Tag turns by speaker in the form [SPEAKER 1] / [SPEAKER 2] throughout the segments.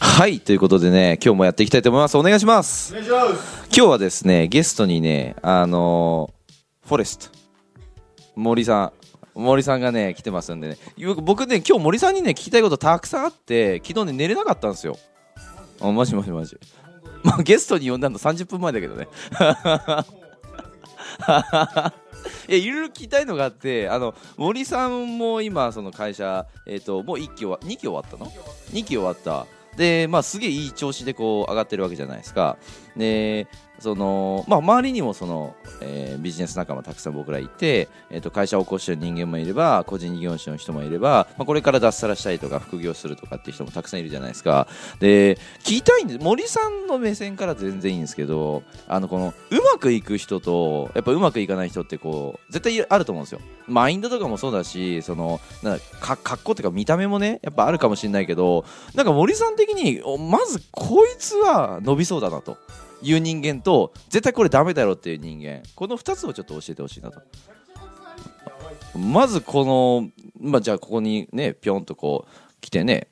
[SPEAKER 1] はいということでね今日もやっていきたいと思いますお願いします
[SPEAKER 2] 願いします
[SPEAKER 1] 今日はですねゲストにねあのーフォレスト森さん森さんがね来てますんでね僕僕ね今日森さんにね聞きたいことたくさんあって昨日ね寝れなかったんですよあマジマジマジまあゲストに呼んだの30分前だけどねいやいろいろ聞きたいのがあってあの森さんも今その会社、えー、ともう1期終わ2期終わったの2期終わったでまあすげえいい調子でこう上がってるわけじゃないですかでそのまあ周りにもその、えービジネス仲間たくさん僕らいて、えー、と会社を起こしてる人間もいれば個人事業主の人もいれば、まあ、これから脱サラしたいとか副業するとかっていう人もたくさんいるじゃないですかで聞きたいんです森さんの目線から全然いいんですけどあのこのうまくいく人とやっぱうまくいかない人ってこう絶対あると思うんですよマインドとかもそうだしそのなんかか格好っていうか見た目もねやっぱあるかもしれないけどなんか森さん的におまずこいつは伸びそうだなという人間と絶対これダメだろうっていう人間この2つをちょっと教えてほしいなとまずこの、まあ、じゃあここにねぴょんとこう来てね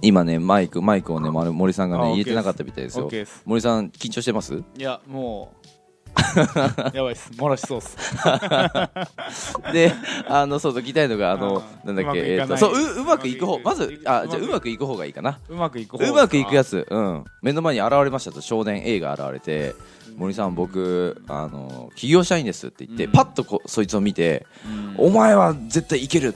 [SPEAKER 1] 今ねマイクマイクをねまる森さんが
[SPEAKER 2] あ
[SPEAKER 1] ね
[SPEAKER 2] OK
[SPEAKER 1] 入れてなかったみたいですよ
[SPEAKER 2] OK です
[SPEAKER 1] 森さん緊張してます
[SPEAKER 2] いやもうやばいっす漏らしそうっす
[SPEAKER 1] であのそうそう聞きたいのがあの
[SPEAKER 2] あー
[SPEAKER 1] なんだっけ
[SPEAKER 2] うまくいかない
[SPEAKER 1] えっとそうううまくいく方
[SPEAKER 2] う
[SPEAKER 1] ま
[SPEAKER 2] まくい
[SPEAKER 1] ず
[SPEAKER 2] く
[SPEAKER 1] あじゃあ
[SPEAKER 2] うまくい
[SPEAKER 1] う
[SPEAKER 2] く
[SPEAKER 1] まくいく方がいいかな
[SPEAKER 2] うまくいく方
[SPEAKER 1] うまくいくや
[SPEAKER 2] つ
[SPEAKER 1] つ、うん、目の前に現れましたと少年 A が現れて森さん僕あの起業したいんですって言って、
[SPEAKER 2] うん
[SPEAKER 1] パッとこそいつを見て、お前は絶対いける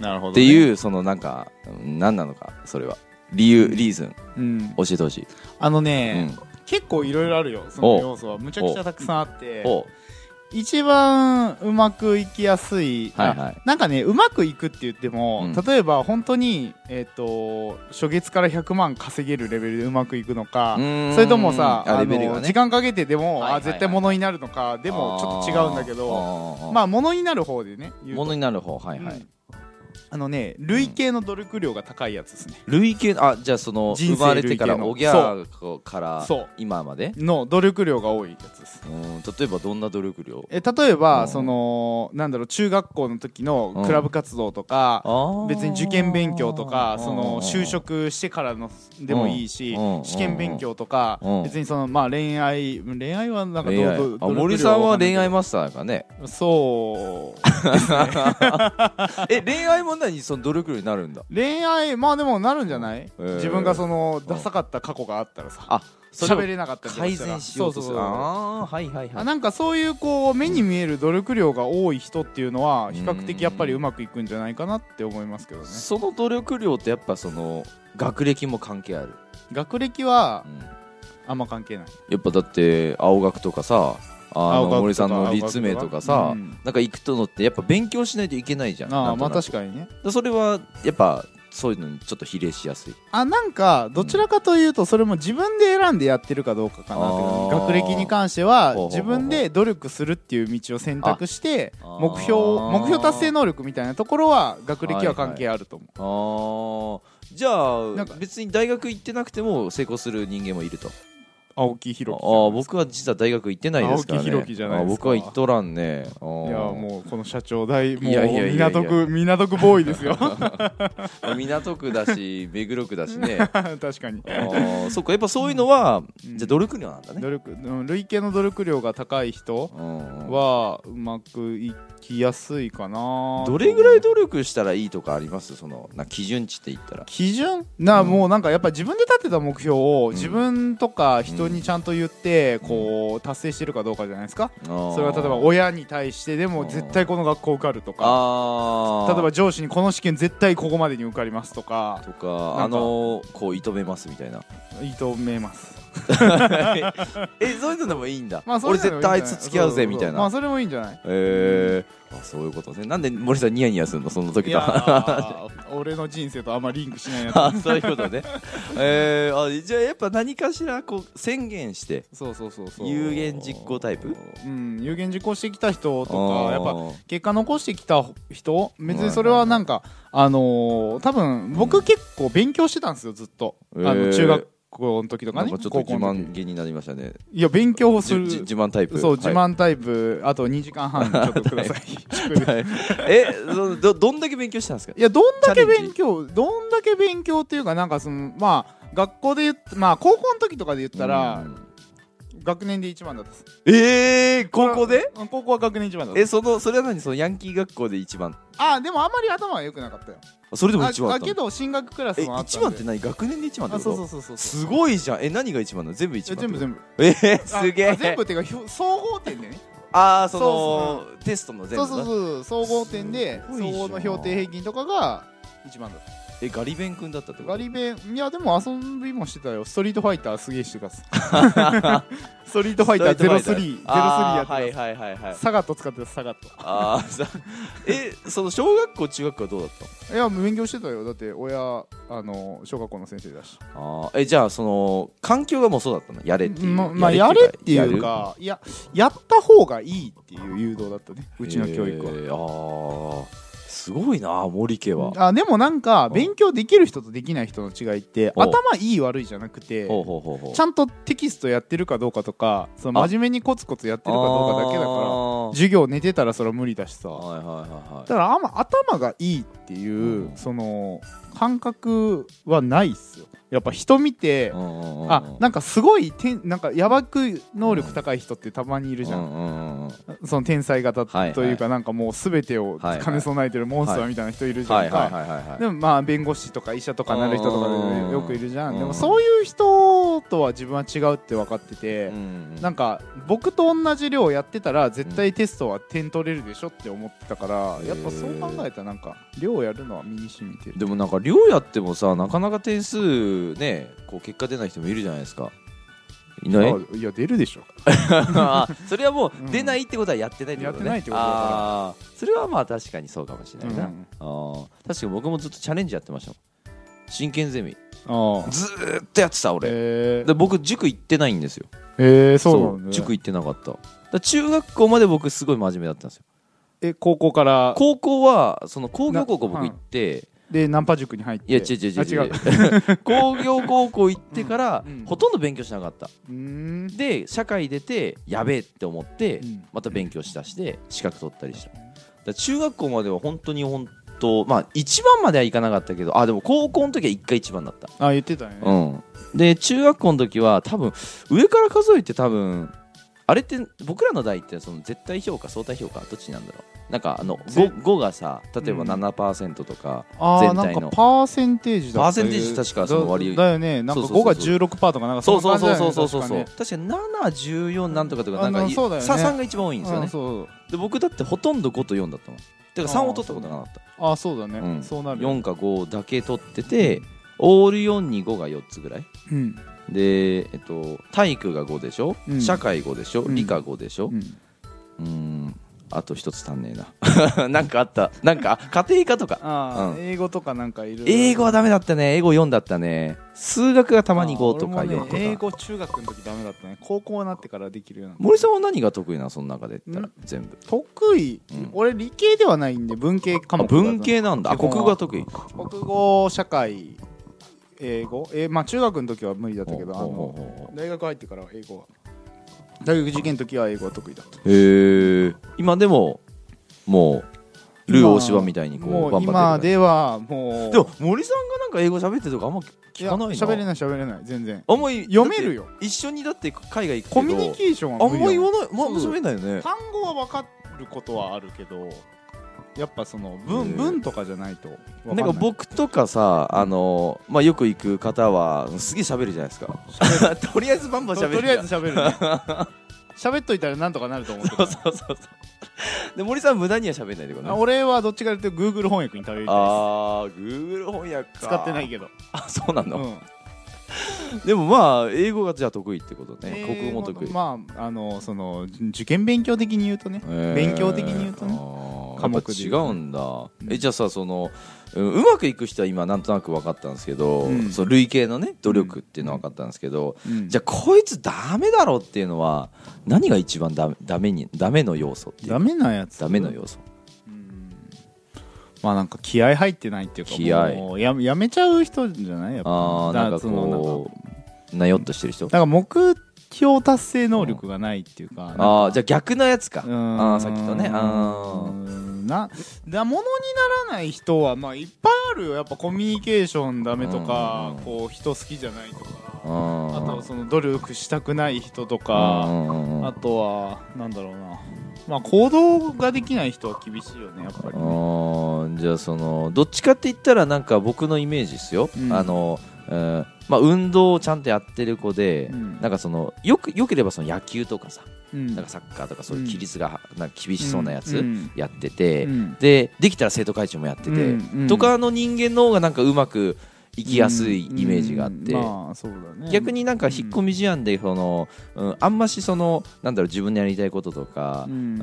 [SPEAKER 2] なるほど
[SPEAKER 1] っていううそのなんかうん何なのかそれは理由リーズン
[SPEAKER 2] うん
[SPEAKER 1] 教えてほしい、
[SPEAKER 2] あの
[SPEAKER 1] う
[SPEAKER 2] ね
[SPEAKER 1] ん、
[SPEAKER 2] 結構いろいろあるよその要素はむちゃくちゃたくさんあって
[SPEAKER 1] お
[SPEAKER 2] 一番うまくいきやすい
[SPEAKER 1] はいはい
[SPEAKER 2] あなんかねうまくいくって言っても
[SPEAKER 1] うん
[SPEAKER 2] 例えば本当にえっと初月から100万稼げるレベルでうまくいくのか
[SPEAKER 1] うーん
[SPEAKER 2] それともさ
[SPEAKER 1] あ
[SPEAKER 2] あ
[SPEAKER 1] レベルが
[SPEAKER 2] の
[SPEAKER 1] ね
[SPEAKER 2] 時間かけてでも
[SPEAKER 1] はいはいはい
[SPEAKER 2] あ絶対ものになるのかでもちょっと違うんだけど
[SPEAKER 1] ど
[SPEAKER 2] ま
[SPEAKER 1] あ
[SPEAKER 2] あものになる方でね言うと
[SPEAKER 1] ものになる方はいはい、
[SPEAKER 2] うんあのね累計の努力量が高いやつですね
[SPEAKER 1] 累計あじゃあその
[SPEAKER 2] 人生
[SPEAKER 1] 生まれてから
[SPEAKER 2] 累計の
[SPEAKER 1] おぎゃーから
[SPEAKER 2] そう
[SPEAKER 1] 今まで
[SPEAKER 2] の努力量が多いやつです
[SPEAKER 1] うん例えばどんな努力量
[SPEAKER 2] え例え
[SPEAKER 1] う
[SPEAKER 2] ば
[SPEAKER 1] ん
[SPEAKER 2] そのなんだろう中学校の時の
[SPEAKER 1] うん
[SPEAKER 2] クラブ活動とか
[SPEAKER 1] あー
[SPEAKER 2] 別に受験勉強とかその就職してからのでもいいし
[SPEAKER 1] うん
[SPEAKER 2] 試験勉強とか
[SPEAKER 1] うん
[SPEAKER 2] 別にそのまあ恋愛恋愛はなんか
[SPEAKER 1] 恋愛
[SPEAKER 2] どうど
[SPEAKER 1] あ
[SPEAKER 2] う
[SPEAKER 1] 森さんは恋愛
[SPEAKER 2] も
[SPEAKER 1] マスターだからね
[SPEAKER 2] そう
[SPEAKER 1] え恋愛問題にその努力量になるんだ
[SPEAKER 2] 恋愛まあでもなるんじゃ ない
[SPEAKER 1] うん
[SPEAKER 2] 自分がその
[SPEAKER 1] ん
[SPEAKER 2] ダサかった過去があったらさ
[SPEAKER 1] あそ
[SPEAKER 2] 喋
[SPEAKER 1] れを
[SPEAKER 2] れなかったりとか
[SPEAKER 1] 改
[SPEAKER 2] したら
[SPEAKER 1] 善しようとす
[SPEAKER 2] そう
[SPEAKER 1] る
[SPEAKER 2] そうそう
[SPEAKER 1] ああはいはいは
[SPEAKER 2] あ
[SPEAKER 1] い
[SPEAKER 2] なんかそういうこう目に見える努力量が多い人っていうのは比較的やっぱりうまくいくんじゃないかなって思いますけどね
[SPEAKER 1] その努力量ってやっぱその学歴も関係ある、
[SPEAKER 2] 学歴は
[SPEAKER 1] うん
[SPEAKER 2] あんま関係ない
[SPEAKER 1] やっぱだって青学とかさあの
[SPEAKER 2] 青学とか
[SPEAKER 1] 森さんの立命とかさ、
[SPEAKER 2] 青学とかうん
[SPEAKER 1] なんか行くとのってやっぱ勉強しないといけないじゃん
[SPEAKER 2] あ
[SPEAKER 1] な
[SPEAKER 2] あ
[SPEAKER 1] んと
[SPEAKER 2] まあ
[SPEAKER 1] なく
[SPEAKER 2] 確かにね
[SPEAKER 1] それはやっぱそういうのにちょっと比例しやすい
[SPEAKER 2] あなんかどちらかというとそれも自分で選んでやってるかどうかかなって
[SPEAKER 1] あー
[SPEAKER 2] 学歴に関して
[SPEAKER 1] ほう
[SPEAKER 2] は
[SPEAKER 1] ほうほう
[SPEAKER 2] 自分で努力するっていう道を選択して
[SPEAKER 1] あ
[SPEAKER 2] 目標
[SPEAKER 1] あー
[SPEAKER 2] 目標達成能力みたいなところは学歴は関係あると
[SPEAKER 1] あ
[SPEAKER 2] 思う、
[SPEAKER 1] ーじゃ
[SPEAKER 2] な
[SPEAKER 1] あ
[SPEAKER 2] んか
[SPEAKER 1] 別に大学行ってなくても成功する人間もいると
[SPEAKER 2] 青木ひ
[SPEAKER 1] あ
[SPEAKER 2] ろき
[SPEAKER 1] ー僕は実は大学行ってないですからね
[SPEAKER 2] 青木ひろきじゃない
[SPEAKER 1] あー
[SPEAKER 2] ですか
[SPEAKER 1] 僕は行っとらんねあー
[SPEAKER 2] いやもうこの社長大も
[SPEAKER 1] いやいやい
[SPEAKER 2] う
[SPEAKER 1] やいや
[SPEAKER 2] 港区港区ボーイですよ
[SPEAKER 1] まあ港区だし目黒区だしね
[SPEAKER 2] 確かに
[SPEAKER 1] あーそっかやっぱそういうのは、
[SPEAKER 2] うん
[SPEAKER 1] じゃあ努力量なんだね
[SPEAKER 2] 努力うん累計の努力量が高い人
[SPEAKER 1] うん
[SPEAKER 2] はうまくいきやすいかな
[SPEAKER 1] どれぐらい努力したらいいとかありますそのな基準値って言ったら
[SPEAKER 2] 基準な、
[SPEAKER 1] うん
[SPEAKER 2] もうなんかやっぱ自分で立てた目標を
[SPEAKER 1] ん
[SPEAKER 2] 自分とか人にちゃんと言ってこう達成してるかどうかじゃないですか、それは例えば親に対してで
[SPEAKER 1] う
[SPEAKER 2] も
[SPEAKER 1] ん
[SPEAKER 2] 絶対この学校受かるとか
[SPEAKER 1] あ
[SPEAKER 2] 例
[SPEAKER 1] ー
[SPEAKER 2] えば上司にこの試験絶対ここまでに受かりますとか
[SPEAKER 1] とか
[SPEAKER 2] な
[SPEAKER 1] あ
[SPEAKER 2] んか
[SPEAKER 1] のーこう射止めますみたい な
[SPEAKER 2] いいと思います
[SPEAKER 1] えそういうのでもいいんだ、
[SPEAKER 2] まあそ
[SPEAKER 1] 俺
[SPEAKER 2] れなら
[SPEAKER 1] 絶対あ
[SPEAKER 2] い
[SPEAKER 1] い
[SPEAKER 2] いんじゃ
[SPEAKER 1] つ
[SPEAKER 2] な
[SPEAKER 1] 付き合うぜみたいな
[SPEAKER 2] まあそれもいいんじゃない
[SPEAKER 1] えー、あそういうことねなんで森さんニヤニヤするのその
[SPEAKER 2] い
[SPEAKER 1] 時
[SPEAKER 2] や
[SPEAKER 1] だ
[SPEAKER 2] ー 俺の人生とあんまリンクしない なと
[SPEAKER 1] あそういうことねえー、あじゃあやっぱ何かしらこう宣言して
[SPEAKER 2] そうそうそうそう
[SPEAKER 1] 有言実行タイプ
[SPEAKER 2] うん有言実行してきた人と
[SPEAKER 1] あー
[SPEAKER 2] かやっぱ結果残してきた人別にそれはなんか、あのー多分
[SPEAKER 1] う
[SPEAKER 2] 僕
[SPEAKER 1] ん
[SPEAKER 2] 結構勉強してたんですよずっと、あ
[SPEAKER 1] へー
[SPEAKER 2] の中学校の時とか
[SPEAKER 1] なん
[SPEAKER 2] ね
[SPEAKER 1] かちょっと
[SPEAKER 2] 高
[SPEAKER 1] 自
[SPEAKER 2] 校の時
[SPEAKER 1] 慢げになりましたね
[SPEAKER 2] いや勉強をす
[SPEAKER 1] じ
[SPEAKER 2] る
[SPEAKER 1] じ自慢タイプ
[SPEAKER 2] そう、自
[SPEAKER 1] はい
[SPEAKER 2] 慢タイプあと2時 間半ちょっとください 宿題
[SPEAKER 1] はいえそどどんだけ勉強したんですか
[SPEAKER 2] いやどんだ
[SPEAKER 1] チ
[SPEAKER 2] け
[SPEAKER 1] ャレンジ
[SPEAKER 2] 勉強どんだけ勉強っていうかなんかそのまあ学校で言っまあ高校の時とかで言ったら、
[SPEAKER 1] うん
[SPEAKER 2] 学年で一番だったっす
[SPEAKER 1] えー、高校で
[SPEAKER 2] うん高校は学年一番だった
[SPEAKER 1] えそのそれは何そのヤンキー学校で一番
[SPEAKER 2] あでもあんまり頭は良くなかったよ
[SPEAKER 1] あそれでも
[SPEAKER 2] あ
[SPEAKER 1] 一番だ
[SPEAKER 2] あ
[SPEAKER 1] った
[SPEAKER 2] けど進学クラス
[SPEAKER 1] え
[SPEAKER 2] もあった
[SPEAKER 1] 一番って
[SPEAKER 2] な
[SPEAKER 1] 何学年で一番って
[SPEAKER 2] あ
[SPEAKER 1] こと
[SPEAKER 2] そうそうそうそう
[SPEAKER 1] すごいじゃんえ何が一番なの全部一
[SPEAKER 2] え
[SPEAKER 1] 番
[SPEAKER 2] 全部
[SPEAKER 1] 部
[SPEAKER 2] 全部
[SPEAKER 1] えー、
[SPEAKER 2] あ
[SPEAKER 1] すげ
[SPEAKER 2] あ
[SPEAKER 1] え
[SPEAKER 2] 全部っていうかひょ総合点でね
[SPEAKER 1] ああその
[SPEAKER 2] そ
[SPEAKER 1] テストの全
[SPEAKER 2] そ
[SPEAKER 1] 部
[SPEAKER 2] う
[SPEAKER 1] な
[SPEAKER 2] そうそう総合点です
[SPEAKER 1] ごいじゃん
[SPEAKER 2] 総合の評定平均とかが一番だった
[SPEAKER 1] えガリ勉くんだったってこと
[SPEAKER 2] ガリベンいやでも遊びもしてたよストリートファイターすげえしてたっ すストリートファイター
[SPEAKER 1] ストリートファイ
[SPEAKER 2] 0303
[SPEAKER 1] ター
[SPEAKER 2] や
[SPEAKER 1] あーは
[SPEAKER 2] ってたっす
[SPEAKER 1] いはいはいはい
[SPEAKER 2] サガット使ってたサガット
[SPEAKER 1] あーさ えその小学校中学校はどうだったの
[SPEAKER 2] いや勉強してたよだって親あの小学校の先生だし
[SPEAKER 1] あーえじゃあその環境がもうそうだったのやれっていう
[SPEAKER 2] ままあやれっていう
[SPEAKER 1] やる
[SPEAKER 2] かいややった方がいいっていう誘導だったねうちの教育は、
[SPEAKER 1] えーああすごいな森家は
[SPEAKER 2] あでもなんか
[SPEAKER 1] ん
[SPEAKER 2] 勉強できる人とできない人の違いって
[SPEAKER 1] お
[SPEAKER 2] 頭いい悪いじゃなくて
[SPEAKER 1] ほうほうほうほう
[SPEAKER 2] ちゃんとテキストやってるかどうかとかその
[SPEAKER 1] あ
[SPEAKER 2] 真面目にコツコツやってるかどうかだけだから
[SPEAKER 1] あー
[SPEAKER 2] 授業寝てたらそれは無理だしさだ
[SPEAKER 1] はいはいはいはい
[SPEAKER 2] からあんま頭がいいっていう、
[SPEAKER 1] うん
[SPEAKER 2] その感覚はないっすよやっぱ人見て、
[SPEAKER 1] うんうんうんうん
[SPEAKER 2] あなんかすごいてんなんかやばく能力高い人ってたまにいるじゃん、
[SPEAKER 1] うんうんうん
[SPEAKER 2] その天才型
[SPEAKER 1] はいはい
[SPEAKER 2] というかなんかもう全てを兼ね備えてるモンスターみたいな人いるじゃ
[SPEAKER 1] は
[SPEAKER 2] ん
[SPEAKER 1] いはい
[SPEAKER 2] か
[SPEAKER 1] はいはいはい
[SPEAKER 2] でもまあ弁護士とか医者とかなる人とか
[SPEAKER 1] うん
[SPEAKER 2] でよくいるじゃ
[SPEAKER 1] うん
[SPEAKER 2] んでもそういう人とは自分は違うって分かってて
[SPEAKER 1] うんうん
[SPEAKER 2] なんか僕と同じ量やってたら絶対テストは点取れるでしょって思ってたから
[SPEAKER 1] うん
[SPEAKER 2] やっぱそう考えたらなんか量やるのは身に染みてる
[SPEAKER 1] でもなんか寮やってもさなかなか点数ねこう結果出ない人もいるじゃないですかいない
[SPEAKER 2] あいや出るでしょ
[SPEAKER 1] あそれはも
[SPEAKER 2] うん
[SPEAKER 1] う出ないってことはやってないってことね
[SPEAKER 2] やってないってことだから
[SPEAKER 1] あーそれはまあ確かにそうかもしれないな、
[SPEAKER 2] うん
[SPEAKER 1] あー確かに僕もずっとチャレンジやってましたもん真剣ゼミ
[SPEAKER 2] ああ
[SPEAKER 1] ずーっとやってた俺、
[SPEAKER 2] へ
[SPEAKER 1] で僕塾行ってないんですよ
[SPEAKER 2] えそうなんだ
[SPEAKER 1] 塾行ってなかっただから中学校まで僕すごい真面目だったんですよ
[SPEAKER 2] え高校から
[SPEAKER 1] 高校はその工業高校僕行って、
[SPEAKER 2] でナンパ塾に入って
[SPEAKER 1] いや違う違う違う違う 工業高校行ってから、
[SPEAKER 2] うんうん
[SPEAKER 1] ほとんど勉強しなかった
[SPEAKER 2] うーん
[SPEAKER 1] で社会出てやべえって思って、
[SPEAKER 2] うん
[SPEAKER 1] また勉強しだして資格取ったりしただから中学校までは本当に本当まあ一番まではいかなかったけどあでも高校の時は一回一番だった、
[SPEAKER 2] あ言ってたね
[SPEAKER 1] うんで中学校の時は多分上から数えて多分あれって僕らの代ってその絶対評価相対評価どっちなんだろうなんかあの 5, 5がさ例えば
[SPEAKER 2] うん
[SPEAKER 1] 7%とか、
[SPEAKER 2] あー
[SPEAKER 1] 全体の
[SPEAKER 2] なんかパーセンテージだった
[SPEAKER 1] パーセンテージ確かその割合
[SPEAKER 2] だだよねなん
[SPEAKER 1] そ
[SPEAKER 2] か
[SPEAKER 1] うそう
[SPEAKER 2] 5
[SPEAKER 1] そう
[SPEAKER 2] が
[SPEAKER 1] そう
[SPEAKER 2] 16パーとかなんか
[SPEAKER 1] そうんそう
[SPEAKER 2] な
[SPEAKER 1] そう
[SPEAKER 2] 感じ
[SPEAKER 1] そう
[SPEAKER 2] だよね
[SPEAKER 1] そうそうそう
[SPEAKER 2] 確かね
[SPEAKER 1] 確かに714なんとかとか
[SPEAKER 2] あ
[SPEAKER 1] なんかい
[SPEAKER 2] そうだよね
[SPEAKER 1] さ3が一番多いんですよ
[SPEAKER 2] うん
[SPEAKER 1] ね
[SPEAKER 2] そう
[SPEAKER 1] で僕だってほとんど5と4だったもんてか3を取ったことがなかっ
[SPEAKER 2] あそうだね、
[SPEAKER 1] うん
[SPEAKER 2] そうな
[SPEAKER 1] た
[SPEAKER 2] るよ
[SPEAKER 1] 4か5だけ取っててオール4に5が4つぐらい
[SPEAKER 2] うん
[SPEAKER 1] で、えっと、体育が5でしょ、
[SPEAKER 2] うん
[SPEAKER 1] 社会5でしょ、
[SPEAKER 2] うん
[SPEAKER 1] 理科5でしょ
[SPEAKER 2] うん
[SPEAKER 1] うーんあと一つ足んねえな なんかあったなんかあ家庭科とか
[SPEAKER 2] あ
[SPEAKER 1] う
[SPEAKER 2] ー、
[SPEAKER 1] ん
[SPEAKER 2] 英語とかなんかいる
[SPEAKER 1] 英語はダメだったね英語4だったね数学がたまに5とか
[SPEAKER 2] あー俺
[SPEAKER 1] 4
[SPEAKER 2] もね
[SPEAKER 1] とか、
[SPEAKER 2] 英語中学の時ダメだったね高校になってからできるようになった
[SPEAKER 1] 森さんは何が得意なのその中で言ったら
[SPEAKER 2] ん
[SPEAKER 1] 全部
[SPEAKER 2] 得意、
[SPEAKER 1] うん
[SPEAKER 2] 俺理系ではないんで文系
[SPEAKER 1] あ
[SPEAKER 2] 科目だった
[SPEAKER 1] 文系なんだあ
[SPEAKER 2] 基本
[SPEAKER 1] 国
[SPEAKER 2] は
[SPEAKER 1] 語が得意
[SPEAKER 2] 国語社会英語えーまあ中学の時は無理だったけどあ
[SPEAKER 1] ほうほ
[SPEAKER 2] の
[SPEAKER 1] うほうほう
[SPEAKER 2] 大学入ってからは英語は大学受験の時は英語は得意だった
[SPEAKER 1] へえ今でももうルー大芝みたいにこう
[SPEAKER 2] も
[SPEAKER 1] バ
[SPEAKER 2] う
[SPEAKER 1] ンバン
[SPEAKER 2] 今
[SPEAKER 1] 出て
[SPEAKER 2] ではもう
[SPEAKER 1] くるでも森さんがなんか英語喋ってるとかあんま
[SPEAKER 2] い
[SPEAKER 1] 聞
[SPEAKER 2] や
[SPEAKER 1] かないな
[SPEAKER 2] 喋れない喋れない全然
[SPEAKER 1] あんまり
[SPEAKER 2] 読めるよ
[SPEAKER 1] だって一緒にだって海外行くけど
[SPEAKER 2] コミュニケーション
[SPEAKER 1] あ
[SPEAKER 2] は
[SPEAKER 1] ん
[SPEAKER 2] 無理
[SPEAKER 1] ま言
[SPEAKER 2] よ
[SPEAKER 1] わないまあ喋れないよね
[SPEAKER 2] 単語は分かることはあるけどやっぱその文
[SPEAKER 1] うん
[SPEAKER 2] 文とかじゃないと分
[SPEAKER 1] なんか僕とかさあのまあよく行く方はすげえ喋るじゃないですか とりあえずバンバン
[SPEAKER 2] と
[SPEAKER 1] 喋る
[SPEAKER 2] とりあえ
[SPEAKER 1] ず
[SPEAKER 2] ず喋 るね喋っといたらなんとかなると思ってた
[SPEAKER 1] そうそうそうそうで森さん無駄には喋んないでくだ
[SPEAKER 2] あ
[SPEAKER 1] さい
[SPEAKER 2] 俺はどっちかというと Google 翻訳に頼りた
[SPEAKER 1] あー Google 翻訳
[SPEAKER 2] い
[SPEAKER 1] か
[SPEAKER 2] です使ってないけど、
[SPEAKER 1] あそうな
[SPEAKER 2] う
[SPEAKER 1] の
[SPEAKER 2] ん、
[SPEAKER 1] でもまあ英語がじゃあ得意ってことね
[SPEAKER 2] 英語
[SPEAKER 1] 国語も得意
[SPEAKER 2] まああのその受験勉強的に言うとね
[SPEAKER 1] えー
[SPEAKER 2] 勉強的に言うとね
[SPEAKER 1] あー
[SPEAKER 2] 科目で
[SPEAKER 1] や
[SPEAKER 2] 言
[SPEAKER 1] っ
[SPEAKER 2] う
[SPEAKER 1] ぱ違
[SPEAKER 2] と
[SPEAKER 1] うんだ、
[SPEAKER 2] ん
[SPEAKER 1] えじゃあさそのうんうまくいく人は今なんとなく分かったんですけど、
[SPEAKER 2] うん
[SPEAKER 1] その累計のね努力っていうのは分かったんですけど、
[SPEAKER 2] うん
[SPEAKER 1] じゃあこいつダメだろっていうのは何が一番ダメダメにダメの要素っていう
[SPEAKER 2] ダメなやつ
[SPEAKER 1] ダメの要素
[SPEAKER 2] まあなんか気合入ってないっていうか
[SPEAKER 1] 気合
[SPEAKER 2] もうややめちゃう人じゃないやっぱ
[SPEAKER 1] ああ
[SPEAKER 2] だ
[SPEAKER 1] な
[SPEAKER 2] ら
[SPEAKER 1] んか
[SPEAKER 2] そのなん
[SPEAKER 1] こ
[SPEAKER 2] か
[SPEAKER 1] うなよっとしてる人
[SPEAKER 2] なんか目標達成能力がないっていうか
[SPEAKER 1] ああじゃあ逆なやつかああーさっきとねあ
[SPEAKER 2] ー
[SPEAKER 1] あ
[SPEAKER 2] なだものにならない人はまあいっぱいあるよやっぱコミュニケーションダメとか、
[SPEAKER 1] うん
[SPEAKER 2] こう人好きじゃないとか、
[SPEAKER 1] うん
[SPEAKER 2] あとはその努力したくない人と
[SPEAKER 1] う
[SPEAKER 2] か、
[SPEAKER 1] んうんうん
[SPEAKER 2] あとはなんだろうなまあ行動ができない人は厳しいよねやっぱりね、
[SPEAKER 1] あーじゃあそのどっちかって言ったらなんか僕のイメージですよ、
[SPEAKER 2] うん
[SPEAKER 1] あの、えーまあ、運動をちゃんとやってる子で、
[SPEAKER 2] うん
[SPEAKER 1] なんかそのよくよければその野球とかさ、
[SPEAKER 2] うん
[SPEAKER 1] なんかサッカーとかそういう
[SPEAKER 2] うん
[SPEAKER 1] 規律がなんか厳しそうなや
[SPEAKER 2] う
[SPEAKER 1] つ
[SPEAKER 2] ん
[SPEAKER 1] やってて、
[SPEAKER 2] うん
[SPEAKER 1] でできたら生徒会長もやってて、
[SPEAKER 2] うんうん
[SPEAKER 1] とかの人間の方がなんかうまくいきやすいイメージがあって。
[SPEAKER 2] うんまあそうだね
[SPEAKER 1] 逆になんか引っ込み思案でその、うん、あんましそのなんだろう自分のやりたいこととか、
[SPEAKER 2] う
[SPEAKER 1] うん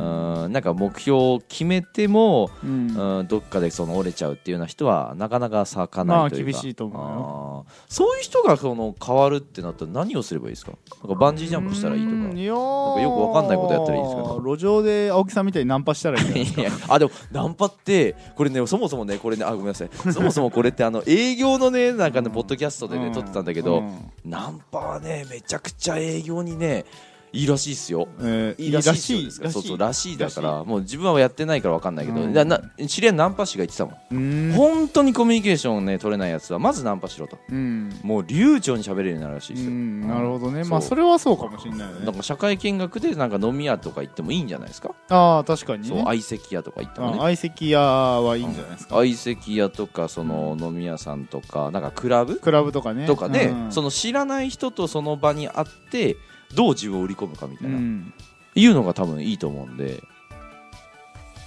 [SPEAKER 1] ん、なんか目標を決めても、
[SPEAKER 2] うん
[SPEAKER 1] うん、どっかでその折れちゃうっていうような人はなかなか咲かないというか、
[SPEAKER 2] まあ厳しいと思
[SPEAKER 1] あーそういう人がその変わるってなったら何をすればいいですかなんかバンジージャンプしたらいいとか
[SPEAKER 2] うんいや
[SPEAKER 1] なん
[SPEAKER 2] ー
[SPEAKER 1] かよくわかんないことやったらいいですけど
[SPEAKER 2] 路上で青木さんみたいにナンパしたらいいんじゃない
[SPEAKER 1] いやあでもナンパってこれねそもそもねこれねあごめんなさいそもそもこれってあの営業のねなんかね、
[SPEAKER 2] うん
[SPEAKER 1] ポッドキャストでね撮ってたんだけど、ナンパはねめちゃくちゃ営業にねいいらしいっすよ
[SPEAKER 2] えー
[SPEAKER 1] いいらしいっすよ
[SPEAKER 2] いいらしい
[SPEAKER 1] そうそうらしいだかららもう自分はやってないからわかんないけど、
[SPEAKER 2] うん
[SPEAKER 1] だな知り合いのナンパ師が言ってたもん
[SPEAKER 2] うーん
[SPEAKER 1] 本当にコミュニケーションをね取れないやつはまずナンパしろと
[SPEAKER 2] うん
[SPEAKER 1] もう流暢に喋れるようになるらしいで
[SPEAKER 2] う
[SPEAKER 1] すよ、
[SPEAKER 2] んなるほどね
[SPEAKER 1] そう
[SPEAKER 2] まあそれはそうかもしれないよ
[SPEAKER 1] なん
[SPEAKER 2] ね
[SPEAKER 1] か社会見学でなんか飲み屋とか行ってもいいんじゃないですか、
[SPEAKER 2] ああ確かに
[SPEAKER 1] そう
[SPEAKER 2] ね
[SPEAKER 1] 相席屋とか行っても
[SPEAKER 2] あ
[SPEAKER 1] ね
[SPEAKER 2] 相席屋はいいんじゃないですか
[SPEAKER 1] 相席屋とかその飲み屋さんとかなんかクラブ
[SPEAKER 2] クラブとかね
[SPEAKER 1] とかで、
[SPEAKER 2] うん
[SPEAKER 1] その知らない人とその場に会ってどう自分を売り込むかみた
[SPEAKER 2] う
[SPEAKER 1] いな、
[SPEAKER 2] ん
[SPEAKER 1] いうのが多分いいと思うんで。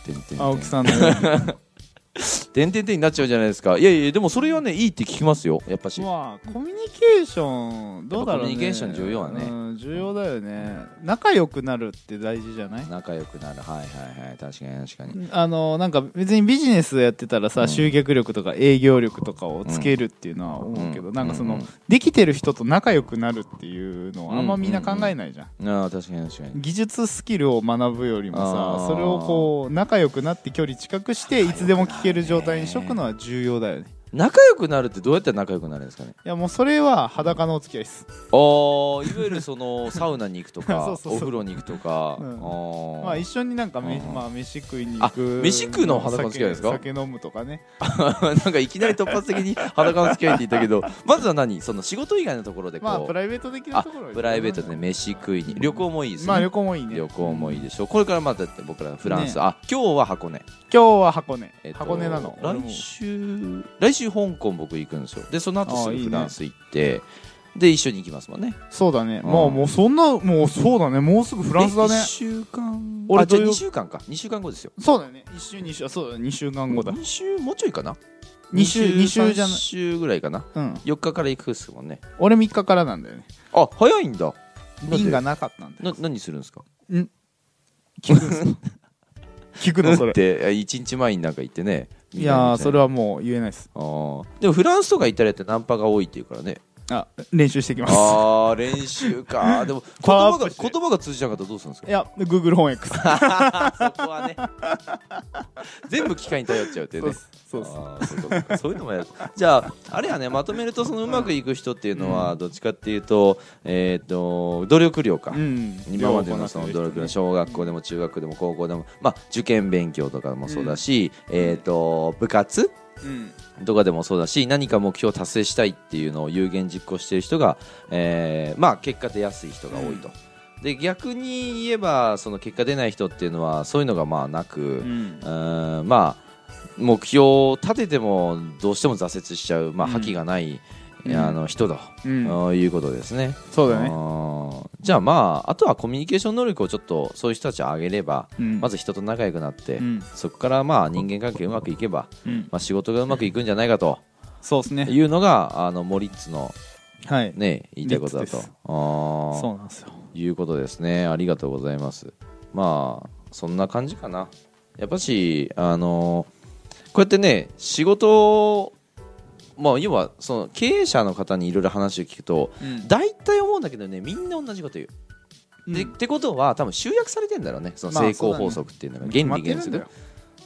[SPEAKER 1] てんてんてん
[SPEAKER 2] 青木さんのように
[SPEAKER 1] てんてんてんになっちゃうじゃないですかいやいやでもそれはねいいって聞きますよやっぱし、
[SPEAKER 2] まあコミュニケーションどうだろう
[SPEAKER 1] やっぱコミ
[SPEAKER 2] ね
[SPEAKER 1] ュニケーション重要はね
[SPEAKER 2] うん重要だよね仲良くなるって大事じゃない
[SPEAKER 1] 仲良くなるはいはいはい確かに確かに
[SPEAKER 2] あのなんか別にビジネスやってたらさ、
[SPEAKER 1] うん
[SPEAKER 2] 集客力とか営業力とかをつけるっていうのは思うけど、
[SPEAKER 1] うん
[SPEAKER 2] なんかその、
[SPEAKER 1] うん
[SPEAKER 2] できてる人と仲良くなるっていうのはあんまみんな考えないじゃん,、
[SPEAKER 1] ああ確かに確かに
[SPEAKER 2] 技術スキルを学ぶよりも
[SPEAKER 1] あ
[SPEAKER 2] さ
[SPEAKER 1] ー
[SPEAKER 2] それをこう仲良くなって距離近くしていつでも聞ける状態にしとくのは重要だよね
[SPEAKER 1] 仲良くなるってどうやって仲良くなるんですかね
[SPEAKER 2] いやもうそれは裸のお付き合いです、
[SPEAKER 1] ああいわゆるそ のサウナに行くとか
[SPEAKER 2] そうそうそう
[SPEAKER 1] お風呂に行くとか、
[SPEAKER 2] うん
[SPEAKER 1] あ
[SPEAKER 2] まあ、一緒になんかめ、
[SPEAKER 1] うん
[SPEAKER 2] まあ、飯食いに行く
[SPEAKER 1] あ飯食うの裸の付き合いですか
[SPEAKER 2] 酒酒飲むとかね
[SPEAKER 1] あなんかいきなり突発的に裸の付き合いって言ったけ どまずは何その仕事以外のところでこう、
[SPEAKER 2] まあプライベート的な
[SPEAKER 1] あ
[SPEAKER 2] ところは
[SPEAKER 1] プライベートで飯食いに旅行もいいですね、
[SPEAKER 2] まあ旅行もいいね
[SPEAKER 1] 旅行もいいでしょうこれからまた僕らフランス、
[SPEAKER 2] ね
[SPEAKER 1] あ今日は箱根、
[SPEAKER 2] 今日は箱根、
[SPEAKER 1] えっと
[SPEAKER 2] 箱根なの俺も
[SPEAKER 1] 来週来週香港僕行くんですよでその後す
[SPEAKER 2] あい
[SPEAKER 1] ぐ
[SPEAKER 2] いね
[SPEAKER 1] フランス行ってで一緒に行きますもんね
[SPEAKER 2] そうだね
[SPEAKER 1] うん
[SPEAKER 2] まあもうそんなもうそうだねもうすぐフ
[SPEAKER 1] フ
[SPEAKER 2] ランスだね
[SPEAKER 1] 1週間
[SPEAKER 2] 俺
[SPEAKER 1] あじゃあ
[SPEAKER 2] 土曜
[SPEAKER 1] 2週間か2週間後ですよ
[SPEAKER 2] そうだね一週二週あそうだ2週間後だ
[SPEAKER 1] 2週もうちょいかな
[SPEAKER 2] 二週二週じゃな
[SPEAKER 1] 3
[SPEAKER 2] い
[SPEAKER 1] 週ぐらいかな
[SPEAKER 2] うん
[SPEAKER 1] 4日から行くっすもんね
[SPEAKER 2] 俺3日からなんだよね
[SPEAKER 1] あ早いんだんで
[SPEAKER 2] 瓶がなかったんだよ
[SPEAKER 1] な何するんですか
[SPEAKER 2] 聞くんす か聞くのそ
[SPEAKER 1] っ
[SPEAKER 2] れ
[SPEAKER 1] て1日前になんか行ってね
[SPEAKER 2] いやーそれ
[SPEAKER 1] は
[SPEAKER 2] はもう言えないです
[SPEAKER 1] あーでもフランスとかイタリアってナンパが多いっていうから ね
[SPEAKER 2] あ練習してきます
[SPEAKER 1] あー練習かでも
[SPEAKER 2] パ
[SPEAKER 1] 言
[SPEAKER 2] ワー
[SPEAKER 1] 葉
[SPEAKER 2] アッ
[SPEAKER 1] が
[SPEAKER 2] プして
[SPEAKER 1] 言葉が通じなかったらどうするんです
[SPEAKER 2] いや Google 本 X そ
[SPEAKER 1] かそこはね 全部機械に頼っちゃうっていう
[SPEAKER 2] うっ
[SPEAKER 1] ね
[SPEAKER 2] すそうっす
[SPEAKER 1] あーそういうことかそういうのもやるじゃああれやねまとめるとそのうまくいく人っていうのはどっちかっていうとえっ、と努力量か、
[SPEAKER 2] うん
[SPEAKER 1] 今までのその努力の小学校でも中学でも高校でも、まあ、受験勉強とかもそうだし、えー、と部活
[SPEAKER 2] うん
[SPEAKER 1] とかでもそうだし何か目標を達成したいっていうのを有言実行している人が、えーまあ、結果出やすい人が多いと。で逆に言えばその結果出ない人っていうのはそういうのがまあなく、
[SPEAKER 2] うん
[SPEAKER 1] うーんまあ目標を立ててもどうしても挫折しちゃう、まあ、
[SPEAKER 2] うん
[SPEAKER 1] 覇気がない、
[SPEAKER 2] うん
[SPEAKER 1] あの人だ
[SPEAKER 2] うん
[SPEAKER 1] ということですね。
[SPEAKER 2] そうだね
[SPEAKER 1] ねじゃあまああとはコミュニケーション能力をちょっとそういう人たちを上げれば、
[SPEAKER 2] うん
[SPEAKER 1] まず人と仲良くなって、
[SPEAKER 2] うん
[SPEAKER 1] そこからまあ人間関係うまくいけば、
[SPEAKER 2] うん
[SPEAKER 1] まあ、仕事がうまくいくんじゃないかと
[SPEAKER 2] そうですね
[SPEAKER 1] いうのがあのモリッツの、
[SPEAKER 2] はい
[SPEAKER 1] ね、言いたいことだ
[SPEAKER 2] リッ
[SPEAKER 1] と
[SPEAKER 2] ツです
[SPEAKER 1] あー
[SPEAKER 2] そうなんですよ
[SPEAKER 1] いうことですねありがとうございますまあそんな感じかなやっぱしあのこうやってね仕事をまあ要はその経営者の方にいろいろ話を聞くと大体思うんだけどねみんな同じこと言うで、ってことは多分集約されてんだろうねその
[SPEAKER 2] まあ
[SPEAKER 1] 成功法則っていうのが、原理原則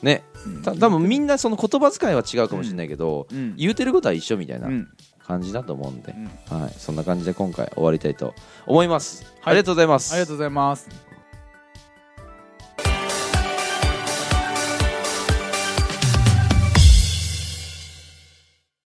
[SPEAKER 1] ね
[SPEAKER 2] うん
[SPEAKER 1] た多分みんなその言葉遣いは違うかもしれないけど、
[SPEAKER 2] うん
[SPEAKER 1] 言うてることは一緒みたいな
[SPEAKER 2] うん
[SPEAKER 1] 感じだと思うんで
[SPEAKER 2] う、ん
[SPEAKER 1] はい、そんな感じで今回終わりたいと思います、
[SPEAKER 2] はい
[SPEAKER 1] ありがとうございます
[SPEAKER 2] ありがとうございます。